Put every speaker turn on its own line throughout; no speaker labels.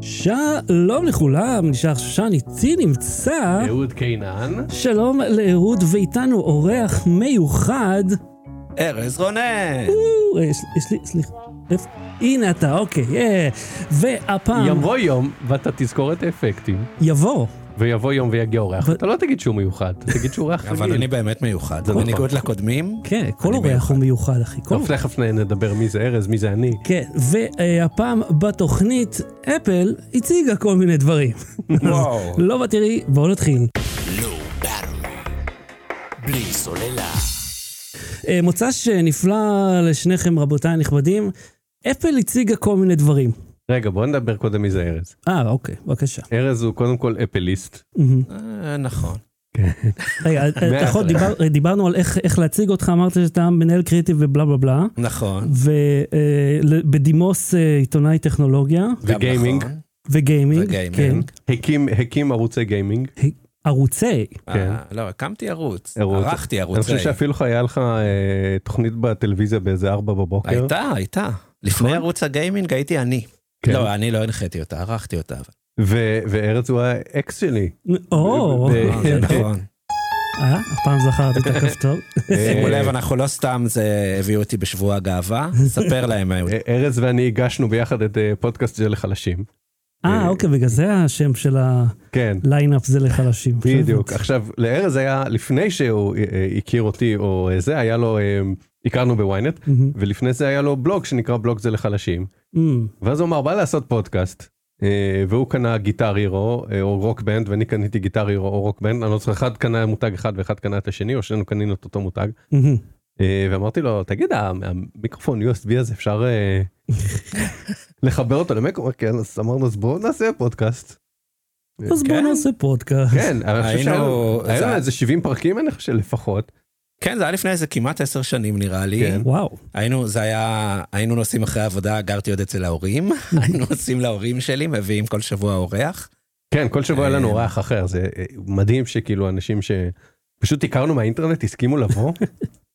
שלום לכולם, נשאר שושן איתי נמצא.
אהוד קינן.
שלום לאהוד ואיתנו אורח מיוחד.
ארז רונן.
אוקיי.
או, אה, יש- יש לי, סליחה. איפה- הנה אתה, אוקיי. אה.
אה.
והפעם
יבוא יום ואתה תזכור את האפקטים,
יבוא.
ויבוא יום ויגיע אורח.
אבל-
אתה לא תגיד שהוא מיוחד, אתה תגיד שהוא אורח
אבל
רגיל.
אני באמת מיוחד,
נכון.
בניגוד לקודמים.
כן, כל
אני
אורח הוא מיוחד, אחי. כל
טוב, תכף נ- נדבר מי זה ארז, מי זה אני.
כן, והפעם בתוכנית אפל הציגה כל מיני דברים.
אוקיי.
וואו.
לא בתראי, בואו נתחיל.
בלי סוללה.
אה, מוצ"ש אה, נפלא לשניכם, רבותיי הנכבדים. אפל הציגה כל מיני דברים.
רגע, בוא נדבר קודם מי זה ארז.
אה, אוקיי, בבקשה.
ארז הוא קודם כל אפליסט.
מהמם.
אה, נכון.
רגע, אה, אתה יכול, דיבר- דיברנו על איך איך להציג אותך, אמרת שאתה מנהל קריאיטיב ובלה בלה בלה, אה,
נכון.
ובדימוס אה, עיתונאי טכנולוגיה
גם
וגיימינג.
נכון.
וגיימינג.
וגיימינג.
כן.
הקים- הקים ערוצי גיימינג.
ערוצי,
אה, לא, הקמתי ערוץ.
כן. ערוץ.
ערכתי ערוץ.
אני חושב
צעיר.
שאפילו היה לך אה, תוכנית בטלוויזיה באיזה ארבע בבוקר.
הייתה, הייתה. לפני ערוץ הגיימינג הייתי אני.
נכון? כן.
לא, אני לא הנחיתי אותה, ערכתי אותה. אבל-
ו- וארז הוא האקס שלי.
או,
ב-
אה, זה נכון.
אה, הפעם זכרתי את הכפתור.
שימו
אה,
לב, אנחנו לא סתם זה הביאו אותי בשבוע הגאווה. ספר להם. אהוד.
אה, ארז ואני הגשנו ביחד את אה, פודקאסט זה לחלשים.
אה, אוקיי, בגלל זה השם של
כן.
הליינאפ זה לחלשים.
בדיוק. עכשיו, לארז היה, לפני שהוא אה, אה, הכיר אותי או אה, זה, היה לו, אה, הכרנו בוויינט,
מהמם.
ולפני זה היה לו בלוג שנקרא בלוג זה לחלשים.
מהמם.
ואז הוא אמר, בא לעשות פודקאסט. אה, והוא קנה גיטר הירו אה, או רוק בנד ואני קניתי גיטר הירו או רוק בנד אני לא זוכר אחד קנה מותג אחד ואחד קנה את השני או שנינו קנינו את אותו מותג
מהמם.
אה, ואמרתי לו תגיד ה- המיקרופון USB הזה אפשר אה, לחבר אותו למיקרופון כן אז אמרנו אז בואו נעשה פודקאסט.
אז בואו
כן?
נעשה פודקאסט.
כן, אבל אני חושב
היינו-
שהיו
זה-
היו לנו איזה 70 פרקים אני חושב לפחות.
כן, זה היה לפני איזה כמעט עשר שנים נראה לי.
כן.
וואו.
היינו, זה היה, היינו נוסעים אחרי העבודה, גרתי עוד אצל ההורים, היינו נוסעים להורים שלי, מביאים כל שבוע אורח.
כן, כל שבוע היה לנו
אה,
אורח אחר, זה אה, מדהים שכאילו אנשים שפשוט הכרנו מהאינטרנט הסכימו לבוא,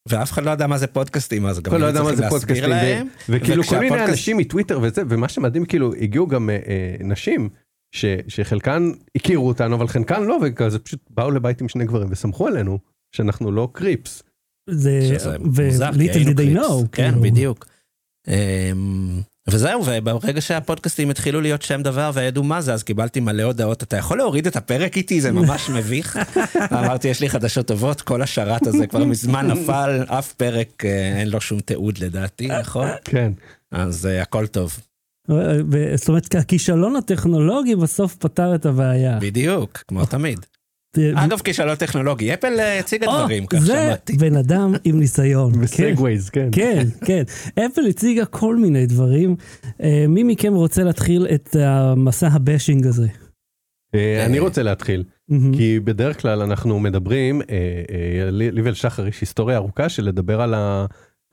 ואף אחד לא ידע מה זה פודקאסטים, אז גם
כל לא
היינו
יודע מה זה
צריכים להסביר
פודקאסטים,
להם.
ו- וכאילו כל מיני
וכשהפודקאסט-
אנשים מטוויטר וזה, ומה שמדהים כאילו הגיעו גם אה, אה, נשים ש- שחלקן הכירו אותנו אבל חלקן לא, וכזה פשוט באו לבית עם שני גברים ושמחו עלינו שאנחנו לא קריפס.
זה
שזה מוזר, כי
וליטל
היינו
דידי
קליפס.
נו.
כאילו.
כן, בדיוק. אמ, וזהו, וברגע שהפודקאסטים התחילו להיות שם דבר וידעו מה זה, אז קיבלתי מלא הודעות, אתה יכול להוריד את הפרק איתי, זה ממש מביך. אמרתי, יש לי חדשות טובות, כל השרת הזה כבר מזמן נפל, אף פרק אה, אין לו שום תיעוד לדעתי, נכון?
כן.
אז אה, הכל טוב.
זאת אומרת, הכישלון הטכנולוגי בסוף פתר את הבעיה.
בדיוק, כמו תמיד.
אה,
אגב, כישלון טכנולוגי, אפל אה, הציגה
או,
דברים, כך
זה
שמעתי.
בן אדם עם ניסיון. כן.
בסגווייז, כן.
כן, כן. אפל הציגה כל מיני דברים. אה, מי מכם רוצה להתחיל את המסע הבאשינג הזה?
אה, אני
אה.
רוצה להתחיל.
מהמם.
כי בדרך כלל אנחנו מדברים, אה, אה, לי לי ולשחר יש היסטוריה ארוכה של לדבר על, ה,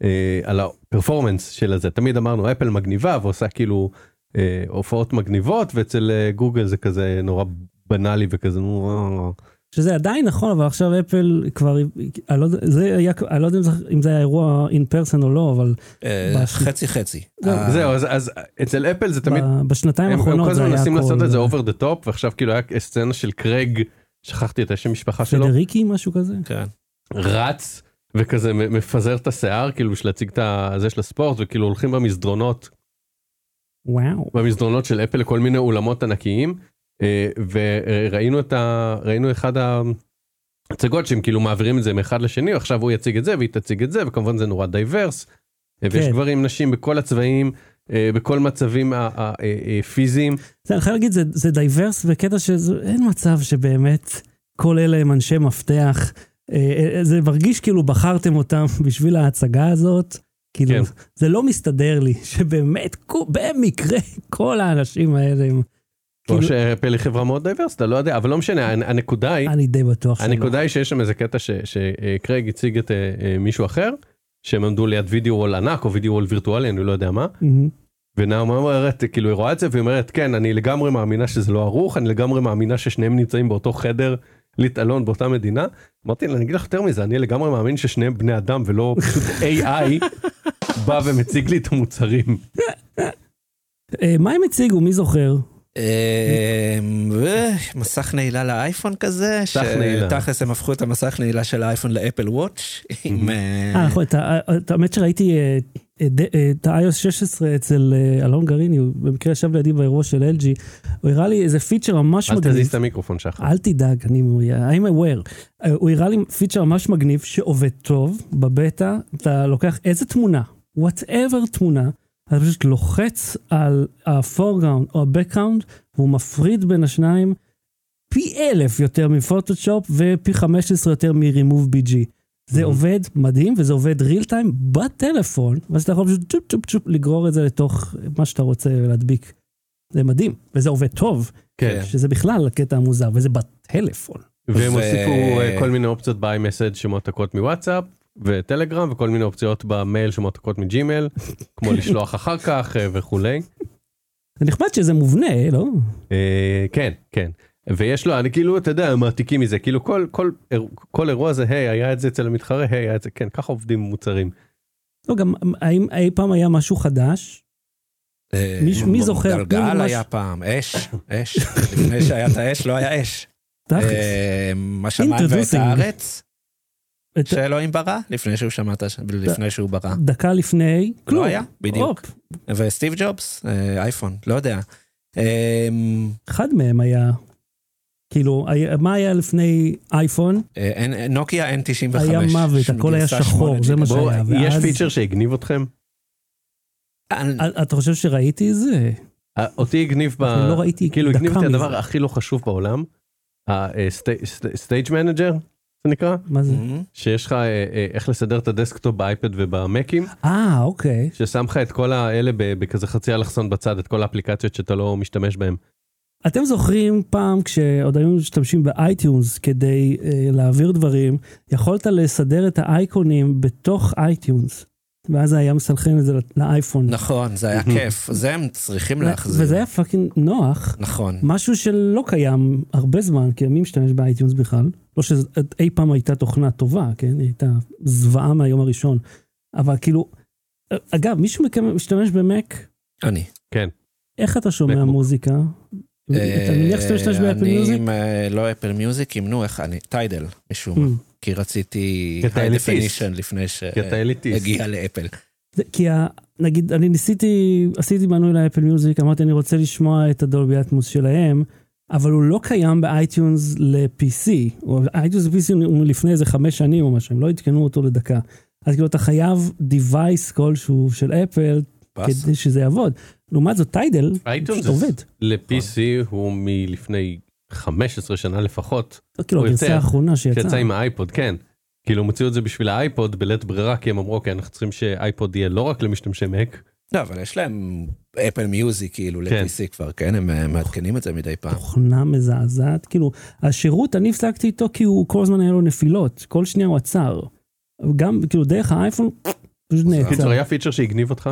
אה, על הפרפורמנס של הזה. תמיד אמרנו אפל מגניבה ועושה כאילו אה, הופעות מגניבות, ואצל אה, גוגל זה כזה נורא בנאלי וכזה נו... אה,
שזה עדיין נכון, אבל עכשיו אפל כבר, אני לא יודע- זה היה- אני לא יודע אם זה- אם זה היה אירוע אין פרסון או לא, אבל
אה,
בש-
חצי חצי.
זהו.
אה,
זהו, אז, אז אצל אפל זה תמיד,
ב- בשנתיים
הם, הם
האחרונות
כל
זה
הזמן
היה
מנסים
הכל-
לעשות את זה over the top, ועכשיו כאילו היה סצנה של קרג, שכחתי את השם משפחה שלו,
פדריקי, משהו כזה?
כן.
רץ וכזה מ- מפזר את השיער כאילו בשביל להציג את ה- זה של הספורט וכאילו הולכים במסדרונות
וואו.
במסדרונות של אפל לכל מיני אולמות ענקיים אה, וראינו את ה... ראינו אחד ההצגות שהם כאילו מעבירים את זה מאחד לשני עכשיו הוא יציג את זה והיא תציג את זה וכמובן זה נורא דייברס. אה, ויש
כן.
גברים נשים בכל הצבעים אה, בכל מצבים הפיזיים
זה, אני חייב להגיד, זה, זה דייברס בקטע שאין מצב שבאמת כל אלה הם אנשי מפתח. אה, אה, זה מרגיש כאילו בחרתם אותם בשביל ההצגה הזאת. כאילו,
כן.
זה לא מסתדר לי שבאמת, כו- במקרה, כל האנשים האלה הם,
או
כאילו-
שאפל היא חברה מאוד דייברס אתה לא יודע אבל לא משנה הנ- הנקודה היא
אני לא די בטוח שלא.
הנקודה היא שיש שם איזה קטע ש- שקרייג הציג את אה, אה, מישהו אחר, שהם עמדו ליד וידאו וול ענק או וידאו וול וירטואלי, אני לא יודע מה,
מהמם.
ונעמה אומרת, כאילו היא רואה את זה והיא אומרת, כן, אני לגמרי מאמינה שזה לא ערוך, אני לגמרי מאמינה ששניהם נמצאים באותו חדר להתעלון באותה מדינה. אמרתי לה, אני אגיד לך יותר מזה, אני לגמרי מאמין ששניהם בני אדם ולא פשוט AI בא ומציג לי את המוצרים.
אה, מה הם הציגו? מי זוכר?
אמ, ו- מסך נעילה לאייפון כזה,
נעילה.
שתכלס הם הפכו את המסך נעילה של האייפון לאפל וואץ', עם...
אה,
אה,
נכון, את ה- את האמת שראיתי אה, אה, ד- אה, את ה-iOS 16 אצל אה, אלון גריני, הוא במקרה ישב לידי באירוע של LG, הוא הראה לי איזה פיצ'ר ממש
אל תזיז
מגניב.
את המיקרופון שחר.
אל תדאג, אני I'm aware. אה, הוא הראה לי פיצ'ר ממש מגניב שעובד טוב בבטא, אתה לוקח איזה תמונה, whatever תמונה, אתה פשוט לוחץ על ה-foreground או ה-background, והוא מפריד בין השניים פי אלף יותר מפוטושופ ופי 15 יותר מ-remove BG. זה
Mhm.
עובד מדהים וזה עובד real time בטלפון, ואז אתה יכול פשוט צ'ופ צ'ופ צ'ופ לגרור את זה לתוך מה שאתה רוצה להדביק. זה מדהים, וזה עובד טוב.
כן.
שזה בכלל הקטע המוזר, וזה בטלפון.
והם
ו-
הוסיפו אה, כל מיני אופציות ב-iMessage שמועתקות מוואטסאפ וטלגרם וכל מיני אופציות במייל שמועתקות מג'ימל, כמו לשלוח אחר כך אה, וכולי.
זה נחמד שזה מובנה, לא?
אה, כן, כן. ויש לו, אני כאילו, אתה יודע, הם מעתיקים מזה, כאילו כל, כל, אירוע- כל אירוע זה, היי, היה את זה אצל המתחרה, היי, היה את זה, כן, ככה עובדים מוצרים.
לא, גם האם אי פעם היה משהו חדש?
אה,
מישהו- מי זוכר? תנו לי
גלגל
משהו.
היה פעם, אש, אש. לפני שהיה את האש לא היה אש.
תכלס.
אה, השמיים ואת
Introducing.
הארץ,
את-
שאלוהים ברא, לפני שהוא שמע את הש... לפני שהוא ברא.
דקה לפני, כלום.
לא היה, בדיוק.
הופ,
וסטיב ג'ובס, אה, אייפון, לא יודע. אה,
אחד מהם היה, כאילו, היה- מה היה לפני אייפון?
אה, אין- נוקיה N95.
היה מוות, הכל היה
גרסה
שחור, זה מה
8G.
בואו,
שהיה.
יש
ואז-
פיצ'ר שהגניב אתכם?
אני-
אה, אתה חושב שראיתי את זה?
אה, אותי הגניב, ב...
אני לא ראיתי
כאילו
דקה
הגניב את
מזה.
הדבר הכי לא חשוב בעולם, הסטייג' מנג'ר, זה נקרא,
מה זה?
שיש לך אה, אה, איך לסדר את הדסקטופ באייפד ובמקים,
Mm.
אה, אוקיי.
ששם לך את כל האלה ב- בכזה חצי אלכסון בצד, את כל האפליקציות שאתה לא משתמש בהן.
אתם זוכרים פעם כשעוד היינו משתמשים באייטיונס כדי אה, להעביר דברים, יכולת לסדר את האייקונים בתוך אייטיונס, ואז היה מסנכרן את זה לא- לאייפון.
נכון, זה היה כיף. זה הם צריכים להחזיר.
וזה היה פאקינג נוח,
נכון.
משהו שלא קיים הרבה זמן, כי מי משתמש באייטיונס בכלל? לא שאי פעם הייתה תוכנה טובה, כן? היא הייתה זוועה מהיום הראשון. אבל כאילו, אגב, מישהו מכם משתמש במק?
אני.
איך אתה שומע
מקבוק.
מוזיקה? אתה מניח שאתה משתמש
אה,
באפל
אני
מיוזיק?
עם, אה, לא אפל מיוזיק, עם נו, איך אני, טיידל, משום מה.
Mm.
כי רציתי
כי אתה
high
אליטיסט.
definition לפני
כי אתה אליטיסט.
שהגיע לאפל.
זה, כי ה, נגיד, אני ניסיתי, עשיתי מנוי לאפל מיוזיק, אמרתי, אני רוצה לשמוע את הדולבי אטמוס שלהם, אבל הוא לא קיים באייטיונס ל-PC. הוא- אייטיונס ל-PC הוא מלפני איזה חמש שנים או משהו, הם לא עדכנו אותו לדקה. אז כאילו, אתה חייב device כלשהו של אפל
פס.
כדי שזה יעבוד. לעומת זאת, טיידל,
אייטונס
פשוט עובד.
ל-PC הוא מלפני 15 שנה לפחות,
כאילו,
הוא
הגרסה
יוצא.
האחרונה שיצאה.
שיצא עם האייפוד, כן. כאילו הם הוציאו את זה בשביל האייפוד בלית ברירה, כי הם אמרו, אוקיי, אנחנו צריכים שאייפוד יהיה לא רק למשתמשי מק,
כן.
לא, אבל יש להם אפל מיוזיק כאילו
כן.
ל-PC כבר, כן? הם אה, מעדכנים את זה מדי פעם.
תוכנה מזעזעת, כאילו, השירות, אני הפסקתי איתו כי הוא כל הזמן היה לו נפילות, כל שנייה הוא עצר. גם, כאילו, דרך האייפון, פשוט
מוזר.
נעצר.
קיצור, היה פיצ'ר שהגניב אותך?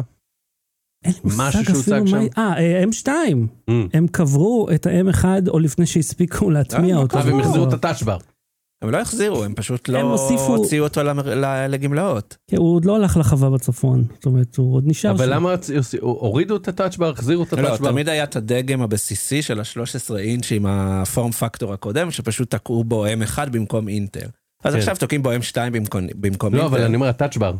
אין לי
משהו
מושג
שהוצג
אפילו מה...
שם?
אה, אה, M2.
Mm.
הם קברו את ה-M1 עוד לפני שהספיקו להטמיע
אה,
אותו.
אה, והם החזירו את
לא.
הטאצ'בר.
הם לא החזירו, הם פשוט לא
הם הוסיפו-
הוציאו אותו למר- ל- לגמלאות.
כן, הוא עוד לא הלך לחווה בצפון, זאת אומרת, הוא עוד נשאר
אבל
שם.
למה הוצ- הורידו את הטאצ'בר, החזירו את
לא,
הטאצ'בר?
תמיד היה את הדגם הבסיסי של ה-13 אינץ' עם הפורם פקטור הקודם, שפשוט תקעו בו M1 במקום אינטל. אז
כן.
עכשיו תוקעים בו M2 במקום במקום
לא, אבל
אינטל.
אני אומר הטאצ'בר.
כן,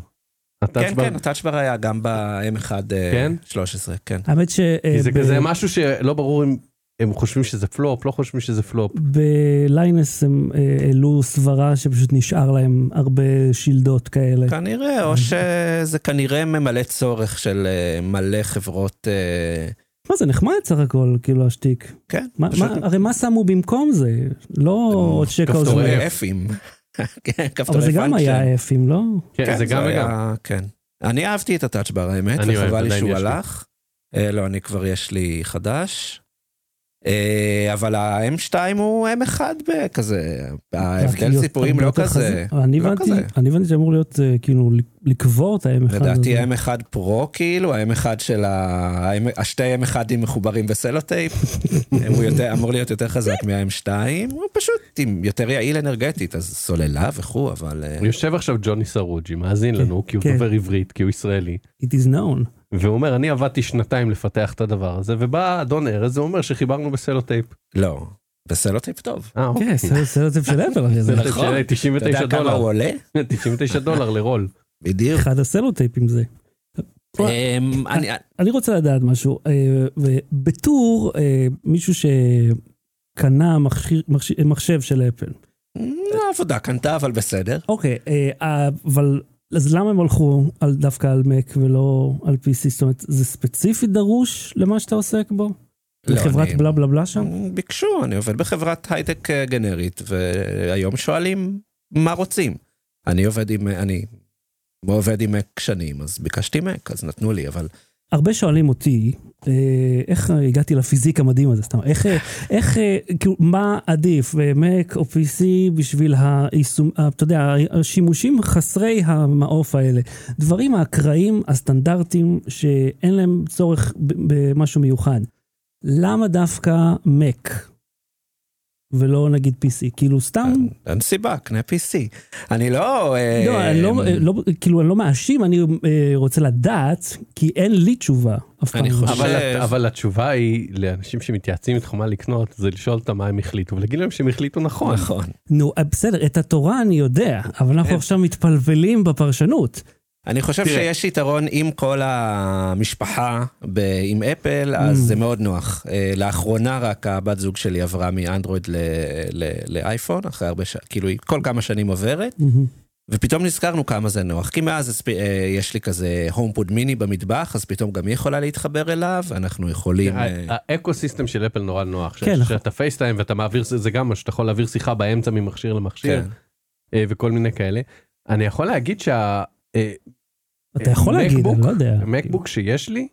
הטאצ'בר.
כן, הטאצ'בר היה גם ב-M1
כן?
13, כן.
האמת ש...
כי
אה,
זה
ב-
כזה משהו שלא ברור אם הם חושבים שזה פלופ, לא חושבים שזה פלופ.
בליינס הם אה, העלו סברה שפשוט נשאר להם הרבה שילדות כאלה.
כן.
כנראה, או שזה כנראה ממלא צורך של אה, מלא חברות... אה,
מה זה נחמד סך הכל, כאילו השטיק.
כן,
מה-
פשוט-
מה- הרי מה שמו במקום זה? לא עוד שקע או
כפתורי
זה.
כפתורי F'ים. כן,
אבל
כפתורי
זה גם
function.
היה אפים, לא?
כן, זה גם וגם.
היה- כן. אני אהבתי את הטאצ'בר האמת,
אני אוהב,
וחבל לי
עדיין
שהוא
יש לי.
הלך. אה, לא, אני כבר יש לי חדש. אה, אבל ה-M2 הוא M1 בכזה,
רק
ההבדל
להיות
סיפורים
הרבה
לא
יותר
כזה.
חזק. אני
לא
הבנתי-
כזה.
אני הבנתי שאמור להיות אה, כאילו לקבור את ה-M1 הזה.
לדעתי M1 פרו כאילו, ה-M1 של ה... השתי M1ים מחוברים בסלוטייפ, הוא יותר, אמור להיות יותר חזק מה-M2, הוא פשוט עם יותר יעיל אנרגטית, אז סוללה וכו', אבל... אה,
יושב עכשיו ג'וני סרוג'י, מאזין לנו, כי הוא
כן.
דובר עברית, כי הוא ישראלי,
It is known.
והוא אומר, אני עבדתי שנתיים לפתח את הדבר הזה, ובא אדון ארז, זה אומר שחיברנו בסלוטייפ.
לא, בסלוטיפ טוב.
אה, אוקיי.
כן, סרט- סרט של אפל. זה
סלוטייפ
נכון.
של
אתה יודע
99
כמה הוא
דולר.
עולה?
99 דולר לרול.
בדיוק.
אחד הסלוטייפים זה.
אמ, אני-
אני רוצה לדעת משהו, אה, ובתור אה, מישהו שקנה מכשיר- מכשיר- מחשב של אפל,
אה, העבודה קנתה, אבל בסדר.
אוקיי, אה, אה, אבל אז למה הם הלכו על, דווקא על Mac ולא על PC? זאת אומרת, זה ספציפית דרוש למה שאתה עוסק בו?
לא,
לחברת
אני-
בלה בלה בלה שם?
ביקשו, אני עובד בחברת הייטק אה, גנרית, והיום שואלים מה רוצים. אני עובד עם, אה, אני עובד עם מק שנים, אז ביקשתי מק, אז נתנו לי, אבל
אה. הרבה שואלים אותי, אה, איך הגעתי לפיזיק המדהים הזה, סתם, איך, אה, איך, אה, כאילו, מה עדיף, אה, Mac או PC בשביל היישום, אה, אתה יודע, השימושים חסרי המעוף האלה, דברים האקראיים, הסטנדרטיים, שאין להם צורך ב- במשהו מיוחד. למה דווקא Mac? ולא נגיד PC, כאילו סתם,
אין- אין סיבה, קנה PC. אני לא... אה,
לא, אני לא, אה, לא, כאילו אני לא מאשים, אני אה, רוצה לדעת, כי אין לי תשובה אף פעם.
אני חושב-
אבל,
שב.
הת- אבל התשובה היא לאנשים שמתייעצים איתך מה לקנות זה לשאול אותם מה הם החליטו ולהגיד להם שהם החליטו נכון.
נכון.
נו, אה, בסדר, את התורה אני יודע, אבל
כן.
אנחנו עכשיו מתפלבלים בפרשנות.
אני חושב
תראה.
שיש יתרון עם כל המשפחה ב- עם אפל, אז
Mm.
זה מאוד נוח. אה, לאחרונה רק הבת זוג שלי עברה מאנדרואיד ל- ל- לאייפון, אחרי הרבה שנים, כאילו היא כל כמה שנים עוברת, ופתאום נזכרנו כמה זה נוח. כי מאז הספ- אה, יש לי כזה הומפוד מיני במטבח, אז פתאום גם היא יכולה להתחבר אליו, אנחנו יכולים... אה,
האקו סיסטם של אפל נורא נוח,
כן, נכון.
שאתה פייסטיים ואתה מעביר, זה זה גם מה שאתה יכול להעביר שיחה באמצע ממכשיר למכשיר
כן.
אה, וכל מיני כאלה. אני יכול להגיד שה... אה,
אתה יכול להגיד, אני
מקבוק?
לא יודע.
המקבוק שיש לי,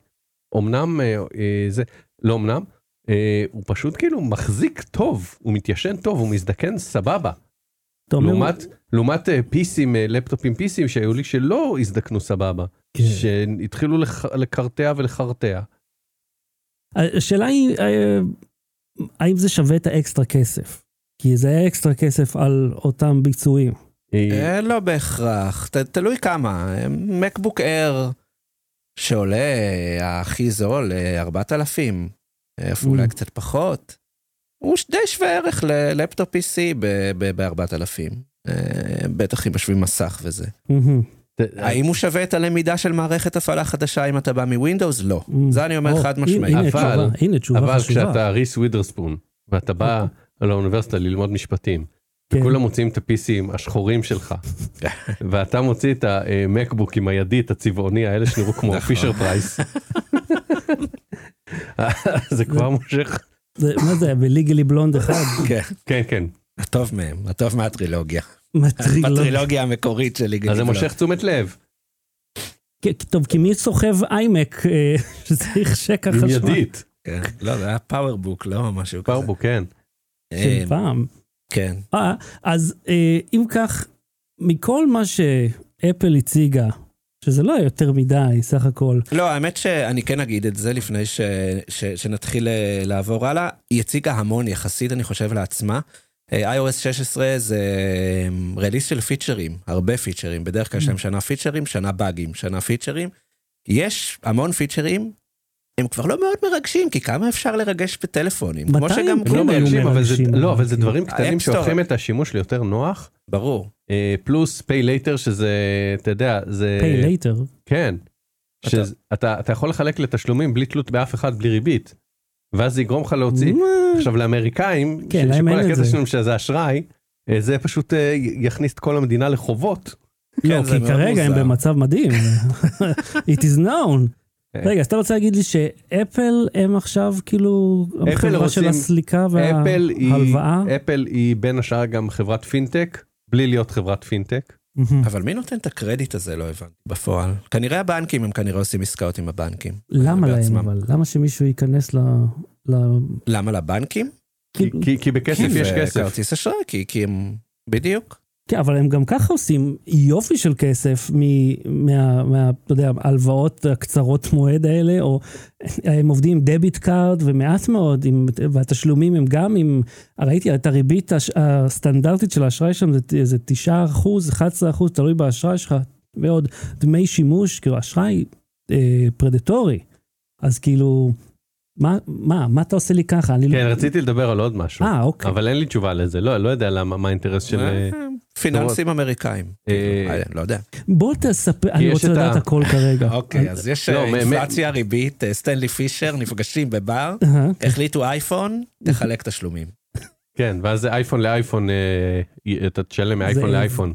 אמנם אה, אה, זה, לא אמנם, אה, הוא פשוט כאילו מחזיק טוב, הוא מתיישן טוב, הוא מזדקן סבבה.
אתה אומר-
לעומת, לעומת אה, פיסים, אה, לפטופים פיסים שהיו לי שלא הזדקנו סבבה,
כן.
שהתחילו לח, לקרטע ולחרטע.
השאלה היא, אה, האם זה שווה את האקסטרה כסף? כי זה היה אקסטרה כסף על אותם ביצועים.
אה,
אה, לא בהכרח, ת- תלוי כמה. מקבוק אייר שעולה אה, הכי זול אה, 4,000, אה, אפילו אולי
Mm.
קצת פחות, הוא ש- די שווה ערך ללפטופ PC ב-4,000. אה, בטח אם משווים מסך וזה.
מהמם.
ת-
אה.
האם הוא שווה את הלמידה של מערכת הפעלה חדשה אם אתה בא מווינדוס? לא.
Mm.
זה אני אומר
או,
חד
הנה-
משמעית.
הנה
אבל-
תשובה, הנה תשובה
אבל
חשובה. אוקיי.
כשאתה ריס ווידרספון ואתה בא לאוניברסיטה ללמוד משפטים,
כן.
כולם מוצאים את הפיסים השחורים שלך, ואתה מוציא את המקבוק עם הידית הצבעוני האלה שנראו כמו
נכון.
פישר פרייס. זה כבר מושך.
זה- מה זה, בליגלי בלונד אחד?
כן,
כן כן
הטוב מהם, הטוב מהטרילוגיה.
מטריג לא-
בטרילוגיה המקורית שלי.
אז זה מושך תשומת לב
כן, טוב, כי מי סוחב איימק אה, שצריך שקע
עם
חשמל?
ידית
כן. לא, זה היה פאוורבוק, לא משהו כזה.
פרבו כן
של
אה,
פעם.
כן.
אה, אז אה, אם כך, מכל מה שאפל הציגה, שזה לא יותר מדי סך הכל,
לא, האמת שאני כן אגיד את זה לפני ש, ש, שנתחיל אה, לעבור הלאה. היא הציגה המון יחסית, אני חושב, לעצמה. אה, iOS 16 זה אה, רליס של פיצ'רים, הרבה פיצ'רים. בדרך כלל יש להם שנה פיצ'רים, שנה באגים, שנה פיצ'רים. יש המון פיצ'רים, הם כבר לא מאוד מרגשים, כי כמה אפשר לרגש בטלפונים? כמו
מתי?
שגם,
הם
כן
לא
היו
מרגשים אבל זה
מרגשים,
לא
אבל
אבל זה
כן.
דברים קטנים
האפסטור.
שהופכים את השימוש ליותר נוח
ברור.
אה, פלוס pay later שזה אתה יודע זה
אה,
pay later,
כן
אתה-
שזה- אתה אתה יכול לחלק לתשלומים בלי תלות באף אחד בלי ריבית ואז זה יגרום לך להוציא עכשיו לאמריקאים,
כן,
ש-
להם
שכל
אין את
הקטע
זה.
שלהם שזה אשראי, אה, זה פשוט אה, י- יכניס את כל המדינה לחובות.
לא,
כן, זה
כי
מאוד
כרגע הם
מוזר.
במצב מדהים. It is known.
כן.
רגע, אז אתה רוצה להגיד לי שאפל הם עכשיו כאילו
אפל
החברה של
רוצים-
הסליקה
אפל היא-
וההלוואה?
אה,
אפל היא בין השאר גם חברת פינטק, בלי להיות חברת פינטק.
מהמם.
אבל מי נותן את הקרדיט הזה, לא הבנתי, בפועל? כנראה הבנקים, הם כנראה עושים עסקאות עם הבנקים.
למה להם
בעצמם.
אבל? למה שמישהו ייכנס ל... ל-
למה לבנקים?
כי-
כאילו-
כי- כי בכסף
כי
יש
זה
כסף.
אה, כרטיס אשראי, כי, כי הם... בדיוק.
כן, אבל הם גם ככה עושים יופי של כסף מ- מה, מה, אתה יודע, ההלוואות הקצרות מועד האלה, או הם עובדים עם דביט קארד ומעט מאוד, עם, והתשלומים הם גם עם, ראיתי את הריבית הש, הסטנדרטית של האשראי שם, זה, זה 9 11 תלוי באשראי שלך, ועוד דמי שימוש, כאילו האשראי אה, פרדטורי. אז כאילו, מה, מה, מה אתה עושה לי ככה? אני לא-
כן, רציתי לדבר על עוד משהו,
אה, אוקיי.
אבל אין לי תשובה לזה, לא לא יודע למה, מה האינטרס של... אה,
פיננסים אמריקאים.
אה,
אה, לא יודע.
בוא תספר, אני
יש
רוצה
את
לדעת
ה-
הכל כרגע.
אוקיי, אז יש
לא,
אה,
מ-
אינפלציה, ריבית, אה, סטנלי פישר, נפגשים בבר,
אהה.
החליטו אייפון, תחלק תשלומים.
כן, ואז זה אייפון לאייפון, אה, אתה תשלם מאייפון
זה-
לאייפון,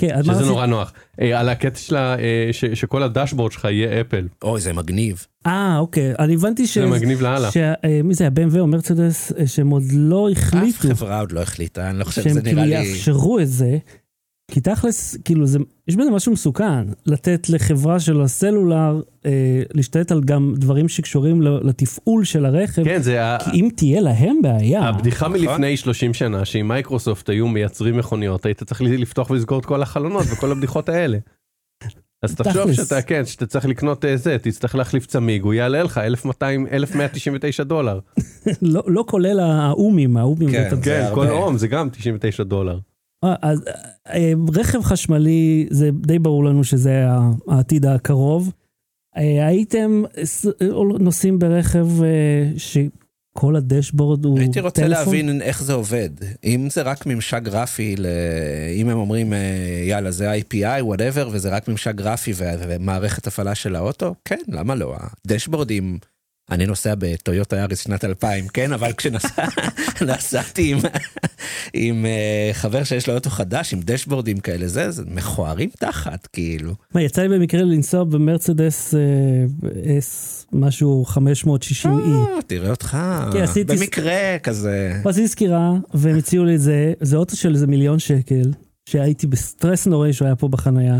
כן, אז מה
שזה
רצית?
נורא נוח. אה, על הקטע שלה, אה, ש- שכל הדשבורד שלך יהיה אפל,
אוי, זה מגניב.
אה, אוקיי, אני הבנתי ש...
זה מגניב לאללה.
שמי זה, ה-BMW או מרצדס, אה, שהם עוד לא
אף
החליטו,
חברה עוד לא החליטה, אני לא חושב, זה
שהם כאילו
נראה לי...
יאפשרו את זה, כי תכלס, כאילו, זה, יש בזה משהו מסוכן, לתת לחברה של הסלולר אה, להשתלט על גם דברים שקשורים ל- לתפעול של הרכב,
כן, זה ה-
כי אם תהיה להם בעיה,
הבדיחה
נכון.
מלפני 30 שנה, שאם מייקרוסופט היו מייצרים מכוניות, היית צריך לפתוח ולסגור את כל החלונות וכל הבדיחות האלה. אז תחשוב
תכלס.
שאתה, כן, שאתה צריך לקנות אה, זה, תצטרך להחליף צמיג, הוא יעלה לך 1,200, 1,199 דולר.
לא, לא כולל האומים, האומים,
כן.
ואתה-
כן,
הרבה.
כל אום זה גם 99 דולר.
אה, אז אה, אה, רכב חשמלי, זה די ברור לנו שזה ה- העתיד הקרוב. אה, הייתם ס- אה, נוסעים ברכב אה, שכל הדשבורד הוא
הייתי רוצה
טלפון?
להבין איך זה עובד. אם זה רק ממשק גרפי, ל... אם הם אומרים אה, יאללה זה IPI, וואטאבר, וזה רק ממשק גרפי ו... ומערכת הפעלה של האוטו, כן, למה לא? הדשבורדים, אני נוסע בטויוטה יאריס שנת 2000, כן, אבל כשנסעתי עם... עם אה, חבר שיש לו אוטו חדש, עם דשבורדים כאלה, זה, זה מכוערים תחת, כאילו.
מה, יצא לי במקרה לנסוע במרצדס אה, S משהו 560E.
אה, תראה אותך,
כן, עשיתי-
במקרה כזה.
עשיתי סקירה והם הציעו לי את זה, זה אוטו של איזה מיליון שקל, שהייתי בסטרס נוראי שהוא היה פה בחנייה,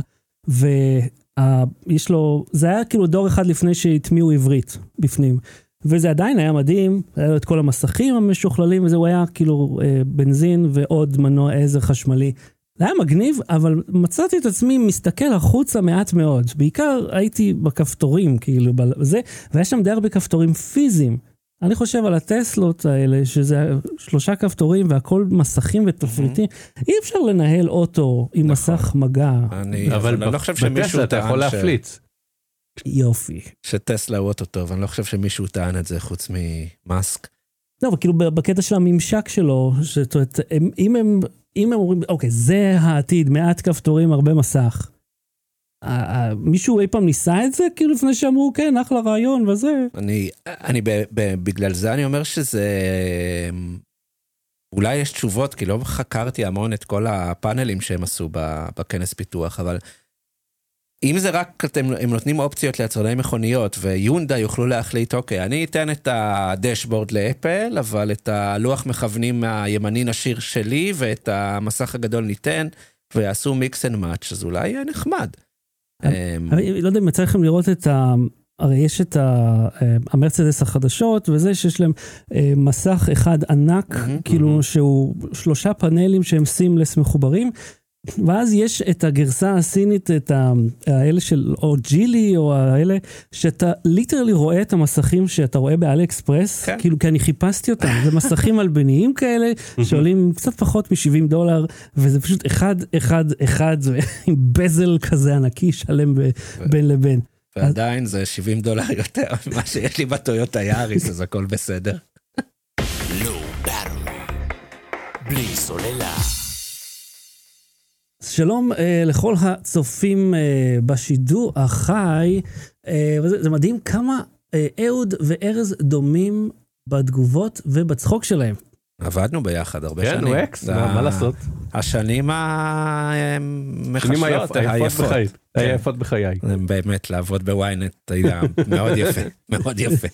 ויש לו, זה היה כאילו דור אחד לפני שהטמיעו עברית בפנים. וזה עדיין היה מדהים, היה לו את כל המסכים המשוכללים, וזה הוא היה כאילו אה, בנזין ועוד מנוע עזר חשמלי. זה היה מגניב, אבל מצאתי את עצמי מסתכל החוצה מעט מאוד. בעיקר הייתי בכפתורים, כאילו, בזה, והיה שם די הרבה כפתורים פיזיים. אני חושב על הטסלות האלה, שזה שלושה כפתורים והכל מסכים ותפריטים. אי אפשר לנהל אוטו עם מסך מגע.
אני
אבל
אני לא חושב שמישהו
בטסלה אתה
טען
יכול
ש-
להפליץ.
יופי.
שטסלה הוא אוטו טוב, אני לא חושב שמישהו טען את זה חוץ ממאסק.
לא, אבל כאילו בקטע של הממשק שלו, שאת אומרת, הם- אם הם, אם הם אומרים, אוקיי, זה העתיד, מעט כפתורים, הרבה מסך. ה- ה- מישהו אי פעם ניסה את זה? כאילו לפני שאמרו, כן, אחלה רעיון וזה.
אני, אני ב, ב, בגלל זה אני אומר שזה... אולי יש תשובות, כי לא חקרתי המון את כל הפאנלים שהם עשו ב- בכנס פיתוח, אבל אם זה רק, אתם, הם נותנים אופציות ליצרני מכוניות, ויונדה יוכלו להחליט, אוקיי, אני אתן את הדשבורד לאפל, אבל את הלוח מכוונים הימני נשיר שלי, ואת המסך הגדול ניתן, ויעשו מיקס אנד מאץ', אז אולי יהיה נחמד. אמ,
אני לא יודע אם יצא לכם לראות את ה... הרי יש את ה... אה, המרצדס החדשות וזה שיש להם אה, מסך אחד ענק,
מהמם,
כאילו
מהמם.
שהוא שלושה פאנלים שהם סימלס מחוברים, ואז יש את הגרסה הסינית, את ה- האלה של או ג'ילי או האלה, שאתה ליטרלי רואה את המסכים שאתה רואה באלי אקספרס,
כן.
כאילו כי אני חיפשתי אותם, זה מסכים מלבניים כאלה שעולים קצת פחות מ-70 דולר, וזה פשוט אחד, אחד, אחד, עם בזל כזה ענקי שלם ב- בין לבין.
ועדיין זה 70 דולר יותר ממה שיש לי בטויוטה יאריס, אז הכל בסדר.
אז שלום אה, לכל הצופים אה, בשידור החי, אה, וזה, זה מדהים כמה אה, אהוד וארז דומים בתגובות ובצחוק שלהם.
עבדנו ביחד הרבה שנים.
כן, הוא אקס,
זה
מה
ה-
מה לעשות?
השנים המחשלות,
שנים היפ- היפות כן. בחיי. היפות בחיי.
זה באמת, לעבוד בוויינט היה מאוד יפה, מאוד יפה.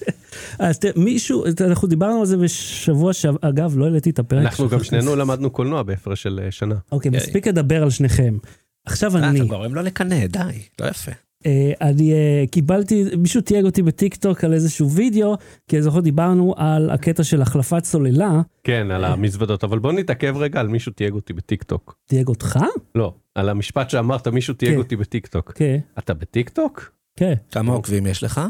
אז תראה, מישהו, אנחנו דיברנו על זה בשבוע שעבר, אגב, לא העליתי את הפרק.
אנחנו גם שנינו למדנו קולנוע בהפרש של אה, שנה.
אוקיי,
יאי.
מספיק לדבר על שניכם. עכשיו
אה,
אני.
אתה גורם לו לקנא, די, לא יפה.
אה, אני אה, קיבלתי, מישהו תייג אותי בטיקטוק על איזשהו וידאו, כי אני זוכר דיברנו על הקטע של החלפת סוללה,
כן, על המזוודות, אבל בוא נתעכב רגע על מישהו תייג אותי בטיקטוק.
תייג אותך?
לא, על המשפט שאמרת, מישהו תייג
כן.
אותי בטיקטוק.
כן,
אתה בטיקטוק?
כן.
כמה עוקבים יש לך?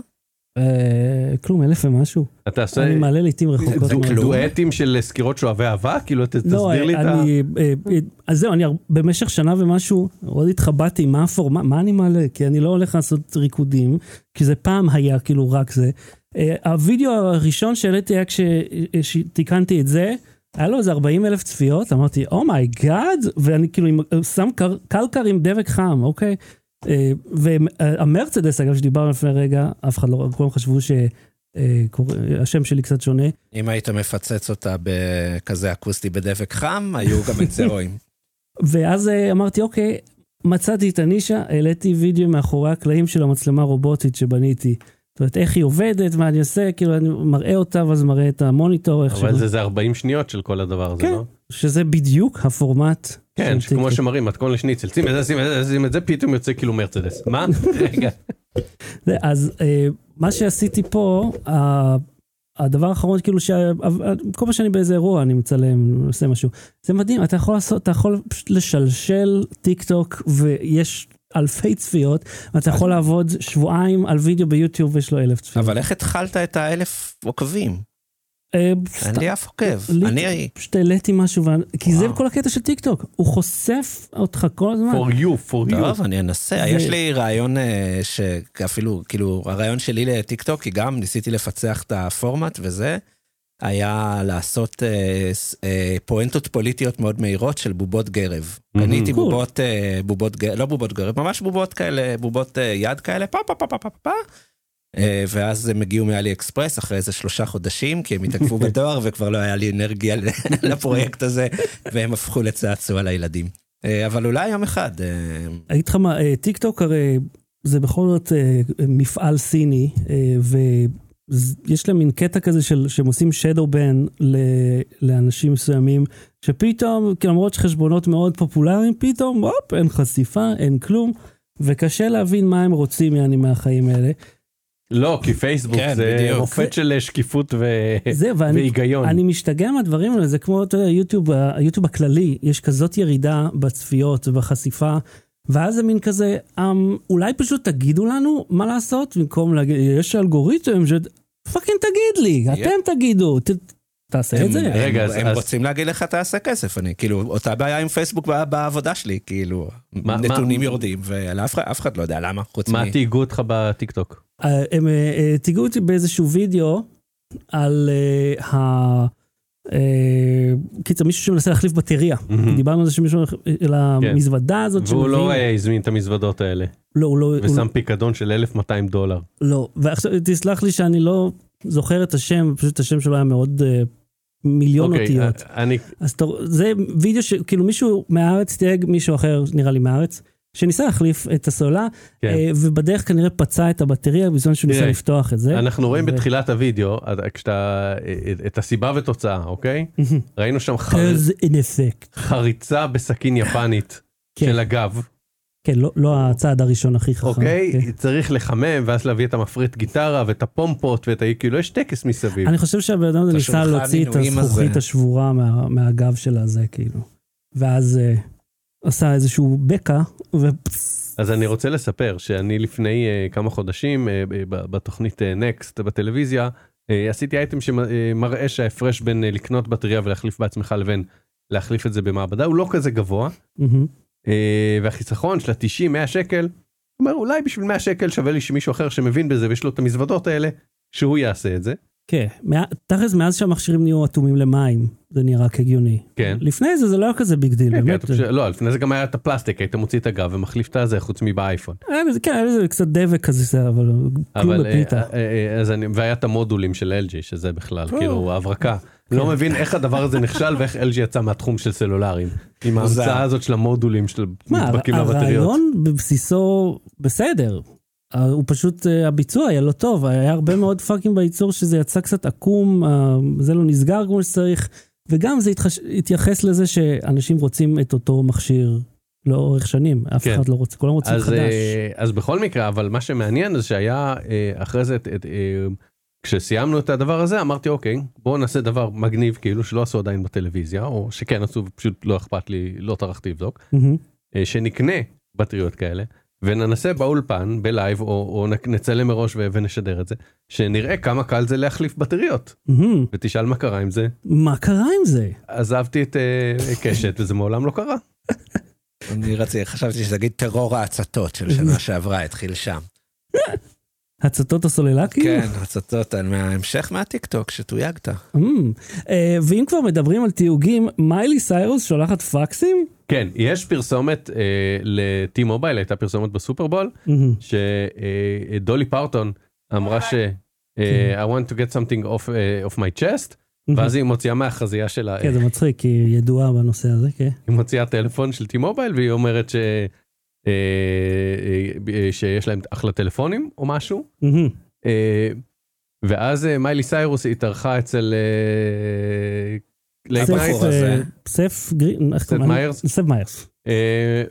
אה, כלום, אלף ומשהו.
אתה עושה
אני מעלה לעיתים רחוקות.
דו-
מאוד.
כלום.
דואטים של סקירות שואבי אהבה? כאילו ת- תסביר לי את ה...
לא, אני, אה, אז זהו, אני הר- במשך שנה ומשהו עוד התחבטתי מה הפורמט, מה אני מעלה, כי אני לא הולך לעשות ריקודים, כי זה פעם היה כאילו רק זה. אה, הווידאו הראשון שהעליתי היה כשתיקנתי את זה, היה לו איזה 40 אלף צפיות, אמרתי, אומייגאד, ואני כאילו עם- שם קר- קלקר עם דבק חם, אוקיי? אה, והמרצדס, אגב, שדיברנו לפני רגע, אף אחד לא, כולם חשבו שהשם שלי קצת שונה.
אם היית מפצץ אותה בכזה אקוסטי בדבק חם, היו גם את זה רואים.
ואז אה, אמרתי, אוקיי, מצאתי את הנישה, העליתי וידאו מאחורי הקלעים של המצלמה הרובוטית שבניתי. זאת אומרת, איך היא עובדת, מה אני עושה, כאילו, אני מראה אותה, ואז מראה את המוניטור, איך
אבל
שהוא,
זה- זה 40 שניות של כל הדבר הזה,
כן.
לא?
שזה בדיוק הפורמט.
כן,
של
כמו
טיקטוק.
שמראים מתכון לשניצל, שים את זה, שים את זה, שים את זה, פתאום יוצא כאילו מרצדס. מה? רגע.
זה, אז אה, מה שעשיתי פה, ה- הדבר האחרון, כאילו, שה- כל פעם שאני באיזה אירוע, אני מצלם, עושה משהו. זה מדהים, אתה יכול לעשות, אתה יכול פשוט לשלשל טיק טוק, ויש אלפי צפיות, ואתה יכול לעבוד שבועיים על וידאו ביוטיוב, ויש לו אלף צפיות.
אבל איך התחלת את האלף עוקבים?
אה,
אין
סתם,
לי אף עוקב.
לי-
אני...
פשוט העליתי משהו, ו- כי זה
וואו.
כל הקטע של טיק טוק, הוא חושף אותך כל הזמן.
for you, for
לא,
you.
טוב, אני אנסה.
זה-
יש לי רעיון אה, שאפילו, כאילו, הרעיון שלי לטיק טוק, כי גם ניסיתי לפצח את הפורמט וזה, היה לעשות אה, ס- אה, פואנטות פוליטיות מאוד מהירות של בובות גרב.
Mhm.
קניתי
קול.
בובות, אה, בובות, ג- לא בובות גרב, ממש בובות כאלה, בובות אה, יד כאלה, פה פה פה פה פה פה. אה, ואז הם הגיעו מאלי אקספרס אחרי איזה שלושה חודשים, כי הם התעכבו בדואר וכבר לא היה לי אנרגיה לפרויקט הזה, והם הפכו לצעצוע לילדים. אה, אבל אולי יום אחד. אה,
אגיד לך מה, אה, טיק טוק הרי זה בכל זאת אה, מפעל סיני, אה, ויש להם מין קטע כזה של, שהם עושים shadow ban ל, לאנשים מסוימים, שפתאום, כי למרות שחשבונות מאוד פופולריים, פתאום, הופ, אין חשיפה, אין כלום, וקשה להבין מה הם רוצים, יעני, מהחיים האלה.
לא, כי פייסבוק
כן,
זה
בדיוק.
מופת של אה, שקיפות ו-
זה, ואני
כן, והיגיון.
אני משתגע מהדברים האלה, זה כמו, אתה יודע, יוטיוב, ה- היוטיוב הכללי, יש כזאת ירידה בצפיות ובחשיפה, ואז זה מין כזה, אמ, אולי פשוט תגידו לנו מה לעשות, במקום להגיד, יש אלגוריתם ש... פאקינג תגיד לי, אתם תגידו, ת- תעשה את זה.
רגע,
הם,
אז-
הם
אז-
רוצים להגיד לך תעשה כסף, אני כאילו, אותה בעיה עם פייסבוק ב- בעבודה שלי, כאילו,
מה-
נתונים
מה-
יורדים, ואף אחד- אף אחד לא יודע למה, חוץ מ...
מה תהיגו אותך בטיקטוק?
אה, הם אה, אה, תיגעו אותי באיזשהו וידאו על אה, ה... אה, קיצר, מישהו שמנסה להחליף בטריה.
מהמם.
דיברנו על זה שמישהו, על המזוודה הזאת.
Mm-hmm. כן. והוא לא
שמביאים-
אה, הזמין את המזוודות האלה,
לא, הוא לא... הוא לא-
ושם פיקדון של 1,200 דולר.
לא, ועכשיו תסלח לי שאני לא זוכר את השם, פשוט השם שלו היה מאוד אה, מיליון okay,
אוקיי,
אותיות.
אה, אני,
אז אתה, זה וידאו שכאילו מישהו מהארץ תייג מישהו אחר, נראה לי מהארץ, שניסה להחליף את הסוללה,
כן.
אה, ובדרך כנראה פצע את הבטריה בזמן שהוא ניסה
תראה,
לפתוח את זה.
אנחנו רואים
כן. זה-
בתחילת הוידאו, אה, כשאתה, אה, את הסיבה ותוצאה, אוקיי? ראינו שם חר-
Cause in effect.
חריצה בסכין יפנית
כן.
של הגב.
כן, לא, לא הצעד הראשון הכי חכם.
אוקיי,
כן.
צריך לחמם, ואז להביא את המפריט גיטרה, ואת הפומפות, ואת ה... כאילו, יש טקס מסביב.
אני חושב שהבן אדם הזה
את
ניסה
השולחן
להוציא את
עינויים הזה.
הזכוכית השבורה מה- מהגב שלה זה, כאילו. ואז אה, עשה איזשהו בקע, ופס,
אז אני רוצה לספר שאני לפני אה, כמה חודשים, אה, ב- ב- בתוכנית נקסט בטלוויזיה, אה, עשיתי אייטם שמראה שההפרש בין אה, לקנות בטריה ולהחליף בעצמך לבין להחליף את זה במעבדה, הוא לא כזה גבוה,
מהמם.
אה, והחיסכון של ה-90-100 שקל, אומר, אולי בשביל 100 שקל שווה לי שמישהו אחר שמבין בזה ויש לו את המזוודות האלה, שהוא יעשה את זה.
כן, מא- תכלס מאז שהמכשירים נהיו אטומים למים, זה נראה כהגיוני.
כן.
לפני זה זה לא היה כזה ביג דיל,
כן, כן,
באמת.
אתה פשוט- לא, לפני זה גם היה את הפלסטיק, היית מוציא את הגב ומחליף את הזה, חוץ מבאייפון.
היה בזה- כן, היה בזה קצת דבק כזה, זה, אבל כלום
אבל, אה,
בפיתה.
אה, אה, אז אני, והיה את המודולים של LG, שזה בכלל,
אה. כן.
כאילו, הברקה. לא מבין איך הדבר הזה נכשל ואיך LG יצא מהתחום של סלולריים. עם
מוזר.
ההמצאה הזאת של המודולים של
מה,
נדבקים לבטריות.
הרעיון בבסיסו בסדר. ה- הוא פשוט, אה, הביצוע היה לא טוב, היה הרבה מאוד פאקים בייצור שזה יצא קצת עקום, אה, זה לא נסגר כמו שצריך, וגם זה התחש- התייחס לזה שאנשים רוצים את אותו מכשיר לאורך שנים, אף
כן.
אחד לא רוצה, כולם רוצים
אז,
חדש.
אה, אז בכל מקרה, אבל מה שמעניין זה שהיה אה, אחרי זה, את- את, אה, כשסיימנו את הדבר הזה, אמרתי, אוקיי, בואו נעשה דבר מגניב, כאילו, שלא עשו עדיין בטלוויזיה, או שכן עשו, פשוט לא אכפת לי, לא טרחתי לבדוק.
מהמם.
אה, שנקנה בטריות כאלה, וננסה באולפן בלייב או, או נ- נצלם מראש ו- ונשדר את זה שנראה כמה קל זה להחליף בטריות
מהמם.
ותשאל מה קרה עם זה
מה קרה עם זה?
עזבתי את אה, קשת וזה מעולם לא קרה.
אני רציתי, חשבתי שתגיד טרור ההצתות של שנה שעברה, התחיל שם.
הצתות הסוללה כאילו?
כן, הצתות על מההמשך מהטיקטוק שתויגת.
אמ, אה, ואם כבר מדברים על תיוגים, מיילי סיירוס שולחת פקסים?
כן יש פרסומת אה, לטי מובייל הייתה פרסומת בסופרבול
אמ,
Mm-hmm. שדולי פרטון אמרה ש
כן.
אה, I want to get something off, אה, off my chest
אמ.
ואז היא מוציאה מהחזייה שלה אה,
כן, זה מצחיק, כי היא ידועה בנושא הזה, כן.
היא מוציאה טלפון של טי מובייל והיא אומרת ש... אה, אה, שיש להם אחלה טלפונים או משהו.
אמ,
אה, ואז אה, מיילי סיירוס התארחה אצל אה, לייט
סף,
נייט,
הבחור הזה.
אה, סף גרין, איך קוראים לו?
מיירס?
סף מיירס.
אה,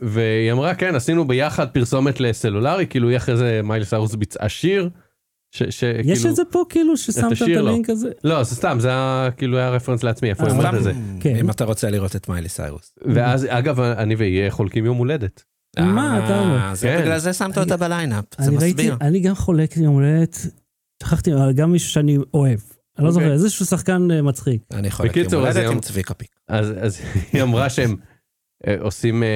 והיא אמרה כן עשינו ביחד פרסומת לסלולרי כאילו היא אחרי זה מיילי סיירוס ביצעה שיר. ש, ש,
יש
כאילו-
את זה פה כאילו ששמת את
השיר לא.
הלינק הזה?
לא זה סתם זה היה כאילו היה רפרנס לעצמי איפה
אה,
היא
סתם.
אומרת את זה.
כן.
אם אתה רוצה לראות את מיילי סיירוס.
ואז אגב אני והיא חולקים יום הולדת.
מה, אתה אומר?
אה, זה
כן.
בגלל זה שמת
אני-
אותה בליינאפ, זה
אני ראיתי,
מסביר.
אני גם חולק יום הולדת, שכחתי, אבל גם מישהו שאני אוהב. אני לא
אוקיי.
זוכר, איזשהו שחקן אה, מצחיק.
אני יכול להקים
בקיצור, אז
הולדת
יום-
עם צביקה פיק.
אז, אז היא אמרה שהם אה, עושים אה,